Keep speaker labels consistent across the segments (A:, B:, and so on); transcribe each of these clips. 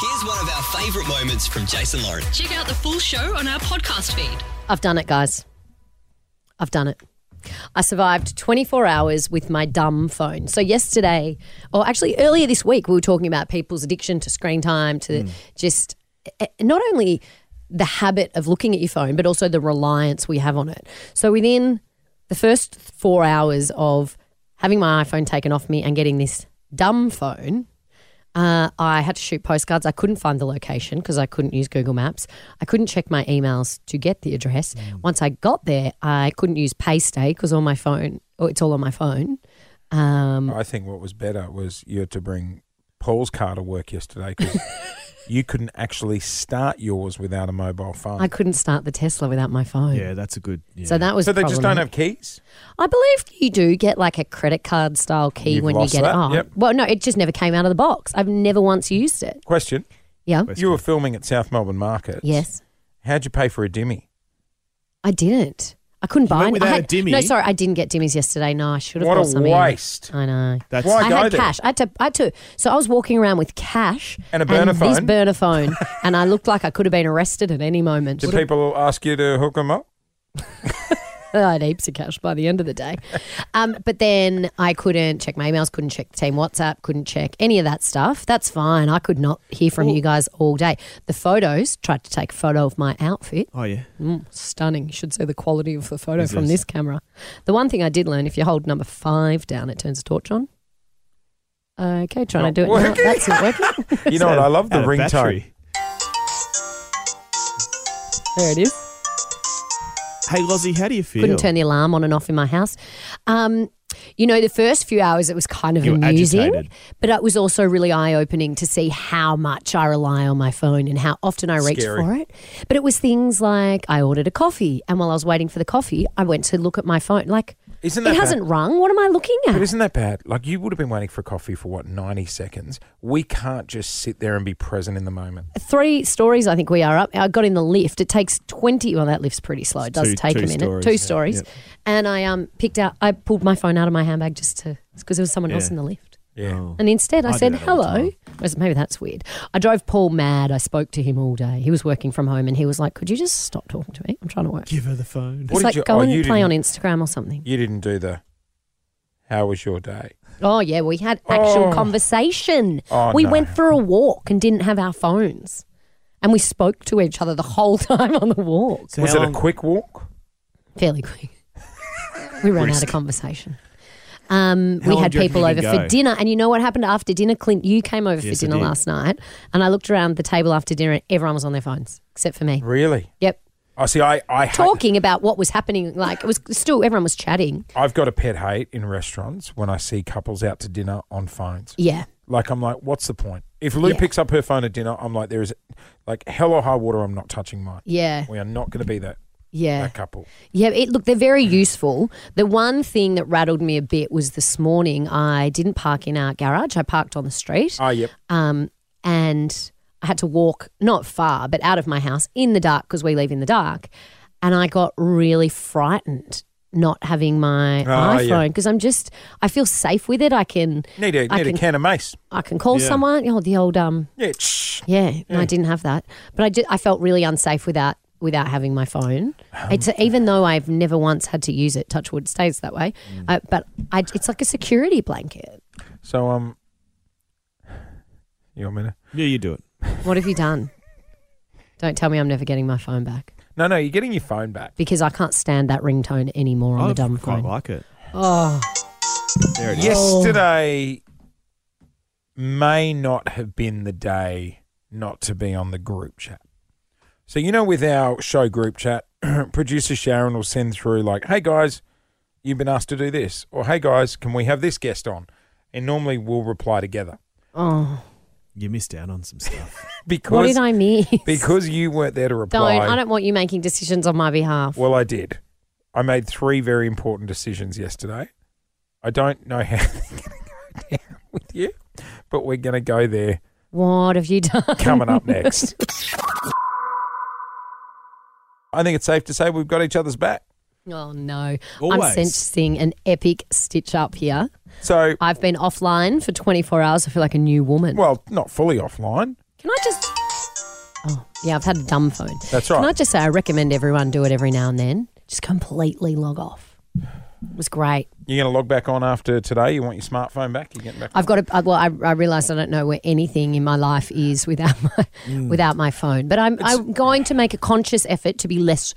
A: Here's one of our favourite moments from Jason Lauren.
B: Check out the full show on our podcast feed.
C: I've done it, guys. I've done it. I survived 24 hours with my dumb phone. So, yesterday, or actually earlier this week, we were talking about people's addiction to screen time, to just eh, not only the habit of looking at your phone, but also the reliance we have on it. So, within the first four hours of having my iPhone taken off me and getting this dumb phone, uh, I had to shoot postcards. I couldn't find the location because I couldn't use Google Maps. I couldn't check my emails to get the address.
D: Mm.
C: Once I got there, I couldn't use PayStay because all my phone, oh, it's all on my phone. Um,
D: I think what was better was you had to bring Paul's car to work yesterday because you couldn't actually start yours without a mobile phone.
C: I couldn't start the Tesla without my phone.
E: Yeah, that's a good. Yeah.
C: So that was.
D: so they just don't
C: problematic.
D: have keys.
C: I believe you do get like a credit card style key
D: You've
C: when you
D: lost
C: get
D: that,
C: it. Oh,
D: yep.
C: well, no, it just never came out of the box. I've never once used it.
D: Question:
C: Yeah.
D: You were filming at South Melbourne Market.
C: Yes.
D: How'd you pay for a dimmy?
C: I didn't. I couldn't buy.
E: went
C: any-
E: without
C: I
E: a dimmy?
C: No, sorry, I didn't get dimmies yesterday. No, I should have.
D: What
C: bought
D: a
C: some in.
D: waste.
C: I know.
E: That's
D: Why
C: I
D: go
C: had
D: there?
C: cash. I had, to, I had to. So I was walking around with cash
D: And a burner
C: This
D: phone.
C: burner phone, and I looked like I could have been arrested at any moment.
D: Did people ask you to hook them up?
C: I had heaps of cash by the end of the day. Um, but then I couldn't check my emails, couldn't check team WhatsApp, couldn't check any of that stuff. That's fine. I could not hear from you guys all day. The photos, tried to take a photo of my outfit.
E: Oh yeah.
C: Mm, stunning. You should see the quality of the photo
E: Is
C: from
E: this-
C: this camera. The one thing I did learn if you hold number five down, it turns a torch on. Okay, trying
D: Not
C: to do it. now.
D: working.
C: That's not working.
D: You know what? I love the
E: Out of
D: ringtone.
E: battery.
C: there it is.
E: Hey, Lozzie, how do you feel?
C: Couldn't turn the alarm on and off in my house. Um, you know, the first few hours it was kind of
E: You were
C: amusing,
E: agitated.
C: but it was also really eye opening to see how much I rely on my phone and how often I reach
D: Scary.
C: for it. But it was things like I ordered a coffee, and while I was waiting for the coffee, I went to look at my phone. Like,
D: Isn't
C: it
D: that
C: hasn't rung. What am I looking at?
D: But isn't that bad? Like you would have been waiting for coffee for what ninety seconds. We can't just sit there and be present in the moment.
C: three stories I think we are up. I got in the lift. It takes 20 well that lift's pretty slow. It does
E: two-
C: take
E: two
C: a minute.
E: stories,
C: two
E: yeah.
C: stories.
E: Yep.
C: And I um picked out I pulled my phone out of my handbag just to because there was someone else
E: Yeah.
C: in the lift.
D: Yeah.
E: Oh.
C: And instead I,
E: I do
C: said
E: that all the
C: hello. I said, Maybe that's weird. I drove Paul mad. I spoke to him all day. He was working from home and he was like, "Could you just stop talking to me? I'm trying to work."
E: Give her the phone.
D: What
C: it's
D: did
C: like
D: you-
C: go
D: oh, you
C: and play on
D: didn't-
C: Instagram or something.
D: You didn't do the. How was your day?
C: Oh yeah, we had actual
D: Oh.
C: conversation.
D: Oh,
C: we
D: no.
C: went for a walk and didn't have our phones. And we spoke to each other the whole time on the walk.
E: So
D: was
E: how
D: it a
E: long-
D: quick walk?
C: fairly quick. We ran out of conversation. Um,
E: How
C: we
E: long
C: had
E: do you reckon
C: people
E: you
C: over
E: can
C: for
E: go?
C: dinner, and you know what happened after dinner? Clint, you came over
E: Yes,
C: for
E: I
C: dinner
E: did.
C: last night, and I looked around the table after dinner, and everyone was on their phones except for me.
D: Really?
C: Yep,
D: I see. I I hate-
C: talking about what was happening. Like it was still everyone was chatting.
D: I've got a pet hate in restaurants when I see couples out to dinner on phones.
C: Yeah,
D: Like I'm like, what's the point? If Lou
C: Yeah.
D: picks up her phone at dinner, I'm like, there is, like, hell or high water, I'm not touching mine.
C: yeah,
D: We are not going to be that
C: yeah.
D: that couple.
C: Yeah, it, look, they're very useful. The one thing that rattled me a bit was this morning I didn't park in our garage. I parked on the street.
D: Oh, yep.
C: Um, and I had to walk not far, but out of my house in the dark because we live in the dark. And I got really frightened not having my
D: Ah, yeah.
C: iPhone because I'm just I feel safe with it. I can
D: Need a
C: I
D: need
C: can-
D: a can of mace.
C: I can call
E: Yeah.
C: someone. Oh, the old um
D: Yeah. Shh.
C: yeah, no, I didn't have that, but I ju- I felt really unsafe without without having my phone. it's even though I've never once had to use it. Touchwood stays that way, uh, but I, it's like a security blanket.
D: So um, you want me to?
E: Yeah, you do it.
C: What have you done? Don't tell me I'm never getting my phone back
D: No, no, you're getting your phone back.
C: because I can't stand that ringtone anymore on
E: I
C: the dumb phone.
E: quite like it.
C: Oh,
E: There it is.
D: Yesterday may not have been the day not to be on the group chat. So you know, with our show group chat, producer Sharon will send through like, "Hey guys, you've been asked to do this," or "Hey guys, can we have this guest on?" And normally we'll reply together
C: oh,
E: You missed out on some stuff.
D: because
C: what did I miss?
D: because you weren't there to
C: don't
D: reply.
C: I don't want you making decisions on my behalf.
D: Well, I did. I made three very important decisions yesterday. I don't know how they're going to go down with you, but we're going to go there
C: What have you done?
D: coming up next. I think it's safe to say we've got each other's back.
C: Oh no, I'm
E: Always.
C: sensing an epic stitch up here.
D: So,
C: I've been offline for 24 hours. I feel like a new woman.
D: well, not fully offline.
C: Can I just? Oh, yeah, I've had a dumb phone.
D: That's
C: Can I
D: right.
C: just say I recommend everyone do it every now and then? Just completely log off. It was great.
D: You're going to log back on after today. You want your smartphone back? You're getting back.
C: I've got a I- well. I, I realize I don't know where anything in my life is without my without my phone. But I'm I'm going to make a conscious effort to be less,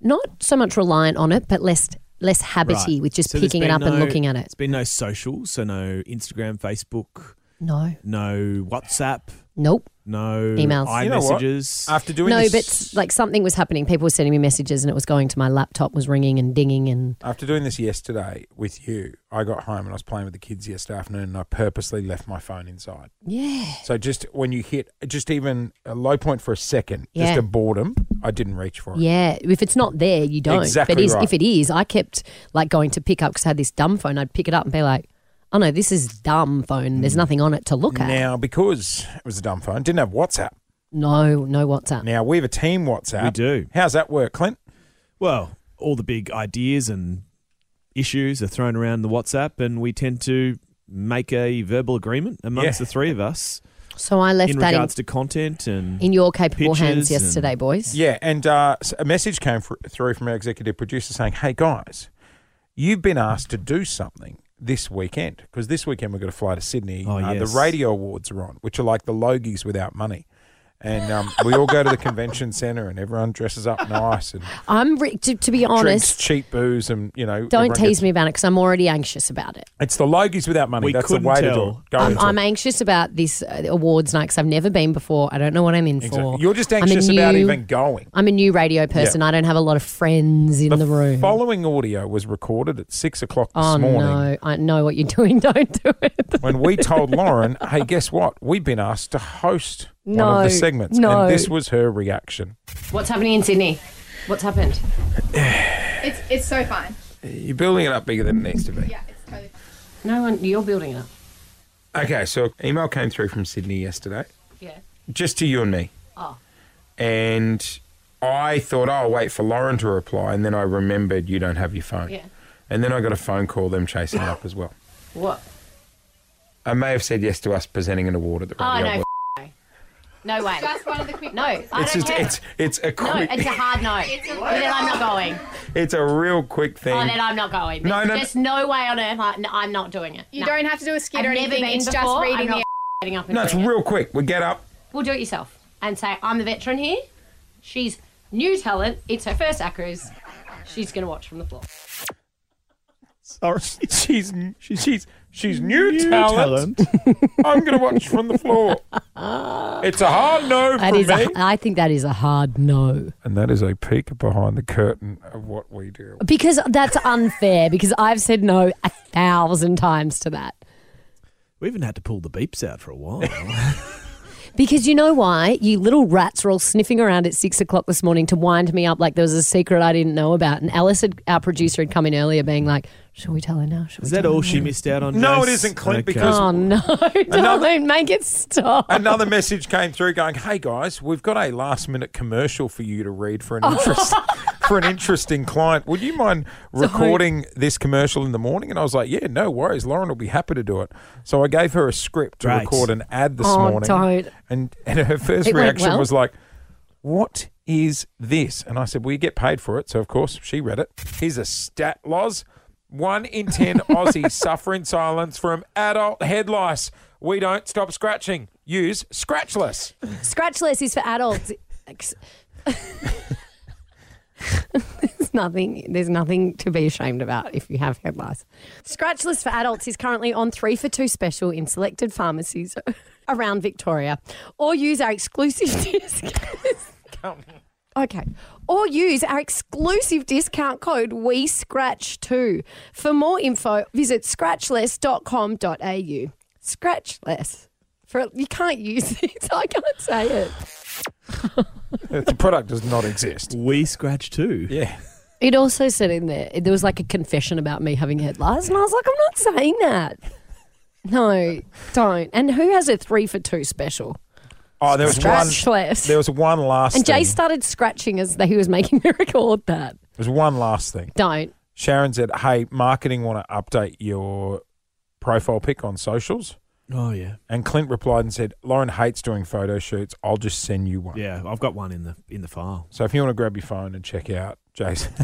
C: not so much reliant on it, but less less habity with just
E: So there's
C: picking it
E: been
C: up and
E: no-
C: looking at it.
E: It's been no social, so no Instagram, Facebook,
C: No,
E: no WhatsApp,
C: nope.
E: no
C: Emails.
E: iMessages.
D: You know what? after doing
C: no,
D: this,
C: but like something was happening. People were sending me messages, and it was going to my laptop, was ringing and dinging, and
D: After doing this yesterday with you, I got home and I was playing with the kids yesterday afternoon and I purposely left my phone inside.
C: yeah,
D: So just when you hit just even a low point for a second,
C: Yeah.
D: just a boredom, I didn't reach for it.
C: yeah. If it's not there, you don't. but
D: Exactly
C: is,
D: right.
C: if it is, I kept like going to pick up because I had this dumb phone. I'd pick it up and be like, "Oh no, this is dumb phone. There's nothing on it to look at."
D: Now, because it was a dumb phone, didn't have WhatsApp.
C: No, no WhatsApp.
D: Now, we have a team WhatsApp.
E: We do.
D: How's that work, Clint?
E: Well, all the big ideas and issues are thrown around the WhatsApp, and we tend to make a verbal agreement amongst
D: Yeah.
E: the three of us
C: So I left
E: in
C: that in,
E: regards to content and
C: in your capable hands
E: pictures and-
C: yesterday, boys.
D: Yeah, and uh, s- a message came fr- through from our executive producer saying, "Hey guys, you've been asked to do something this weekend because this weekend we're going to fly to Sydney.
E: Oh,
D: uh,
E: yes.
D: The radio awards are on, which are like the Logies without money." And um, we all go to the convention centre, and everyone dresses up nice and
C: I'm re- to, to be
D: drinks
C: honest.
D: cheap booze, and you know.
C: Don't
D: everyone
C: tease
D: gets-
C: me about it because I'm already anxious about it.
D: It's the Logies without money.
E: We
D: That's the
E: couldn't
D: way to do
E: tell.
D: it. Go
C: I'm,
D: into it.
C: I'm anxious about this uh, awards night because I've never been before. I don't know what I'm in
D: Exactly.
C: for.
D: You're just
C: I'm a
D: anxious about
C: new-
D: even going.
C: I'm a new radio person. I don't have a lot of friends in the, room.
D: following audio was recorded at six o'clock this
C: oh
D: morning.
C: no, I know what you're doing. Don't do it.
D: when we told Lauren, hey, guess what? We've been asked to host one
C: No,
D: of the segments.
C: no.
D: And this was her reaction.
C: What's happening in Sydney? What's happened?
F: It's it's so fine.
D: You're building it up bigger than it needs to be.
F: Yeah, it's totally fine.
C: No one. You're building it up.
D: Okay, so email came through from Sydney yesterday,
C: Yeah.
D: just to you and me.
C: Oh.
D: And I thought, oh, I'll wait for Lauren to reply. And then I remembered you don't have your phone.
C: Yeah.
D: And then I got a phone call, them chasing it up as well.
C: What? Oh,
D: I may have said yes to us presenting an award at the
C: Oh
D: radio.
C: no.
D: Awards.
C: f- no. No way.
F: That's one of the quick
C: No. I
F: ones.
C: don't
D: It's just
C: care.
D: it's it's a
C: no,
D: quick
C: it's a hard no. then I'm not going.
D: it's a real quick thing.
C: Oh, then I'm not going.
D: No,
C: There's
D: no,
C: just no way on earth. I, no, I'm not doing it.
F: You
C: No.
F: don't have to do a skit
C: I've
F: or
C: never
F: anything.
C: been
F: It's
C: before.
F: just reading
C: I'm not
F: the.
C: getting up and
D: no, it's
C: doing it.
D: real quick. We get up,
C: We'll do it yourself and say, I'm the veteran here. She's new talent. It's her first acros. She's going to watch from the floor.
E: Sorry.
D: She's she, she's she's new, talent. I'm gonna watch from the floor. it's a hard no
C: That
D: for
C: is,
D: me.
C: a, I think that is a hard no.
D: and that is a peek behind the curtain of what we do.
C: Because that's unfair, because I've said no a thousand times to that.
E: We even had to pull the beeps out for a while.
C: Because you know why? You little rats were all sniffing around at six o'clock this morning to wind me up like there was a secret I didn't know about. And Alice, had, our producer, had come in earlier being like, Shall we tell her now? Shall
E: Is
C: we
E: that
C: tell her
E: all
C: now?"
E: she missed out on?
D: No, it
E: Jace?
D: isn't, Clint,
E: Okay.
D: because-
C: Oh, no. Don't make it stop.
D: Another message came through going, "Hey guys, we've got a last minute commercial for you to read for an
C: Oh.
D: interest for an interesting client. Would you mind recording this commercial in the morning?" And I was like, "Yeah, no worries. Lauren will be happy to do it." So I gave her a script to
E: Great.
D: record an ad this
C: Oh,
D: morning.
C: don't.
D: And and her first
C: It went
D: reaction
C: well?
D: was like, "What is this?" And I said, "We get paid for it." So of course she read it. Here's a stat, Loz. One in ten Aussies suffer in silence from adult head lice. We don't stop scratching. Use Scratchless.
C: Scratchless is for adults. Ex- there's nothing. There's nothing to be ashamed about if you have head lice. Scratchless for adults is currently on three for two special in selected pharmacies around Victoria, or use our exclusive discount. Okay. Or use our exclusive discount code we scratch 2 For more info, visit scratchless.com.au. Scratchless. For you can't use it. I can't say it.
D: the product does not exist.
E: We scratch too.
D: Yeah.
C: It also said in there, there was like a confession about me having head lice, and I was like, I'm not saying that. No, don't. And who has a three for two special?
D: Oh, there was one.
C: Scratchless.
D: There was one last.
C: and Jay
D: thing.
C: started scratching as he was making me record that.
D: There was one last thing.
C: Don't.
D: Sharon said, "Hey, marketing want to update your profile pic on socials."
E: Oh yeah,
D: And Clint replied and said, Lauren hates doing photo shoots. I'll just send you one.
E: yeah. I've got one in the in the file.
D: So if you want to grab your phone and check out Jason,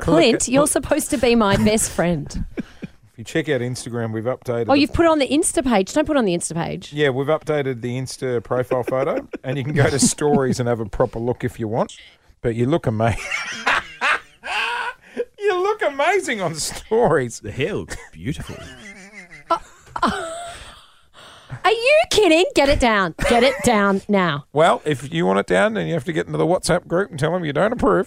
C: Clint, you're supposed to be my best friend.
D: if you check out Instagram, we've updated.
C: Oh,
D: the-
C: you've put it on the Insta page. Don't put it on the Insta page.
D: yeah, we've updated the Insta profile photo, and you can go to stories and have a proper look if you want. But you look amazing. you look amazing on stories.
E: The hair looks beautiful.
C: Are you kidding? Get it down. Get it down now.
D: Well, if you want it down, then you have to get into the WhatsApp group and tell them you don't approve.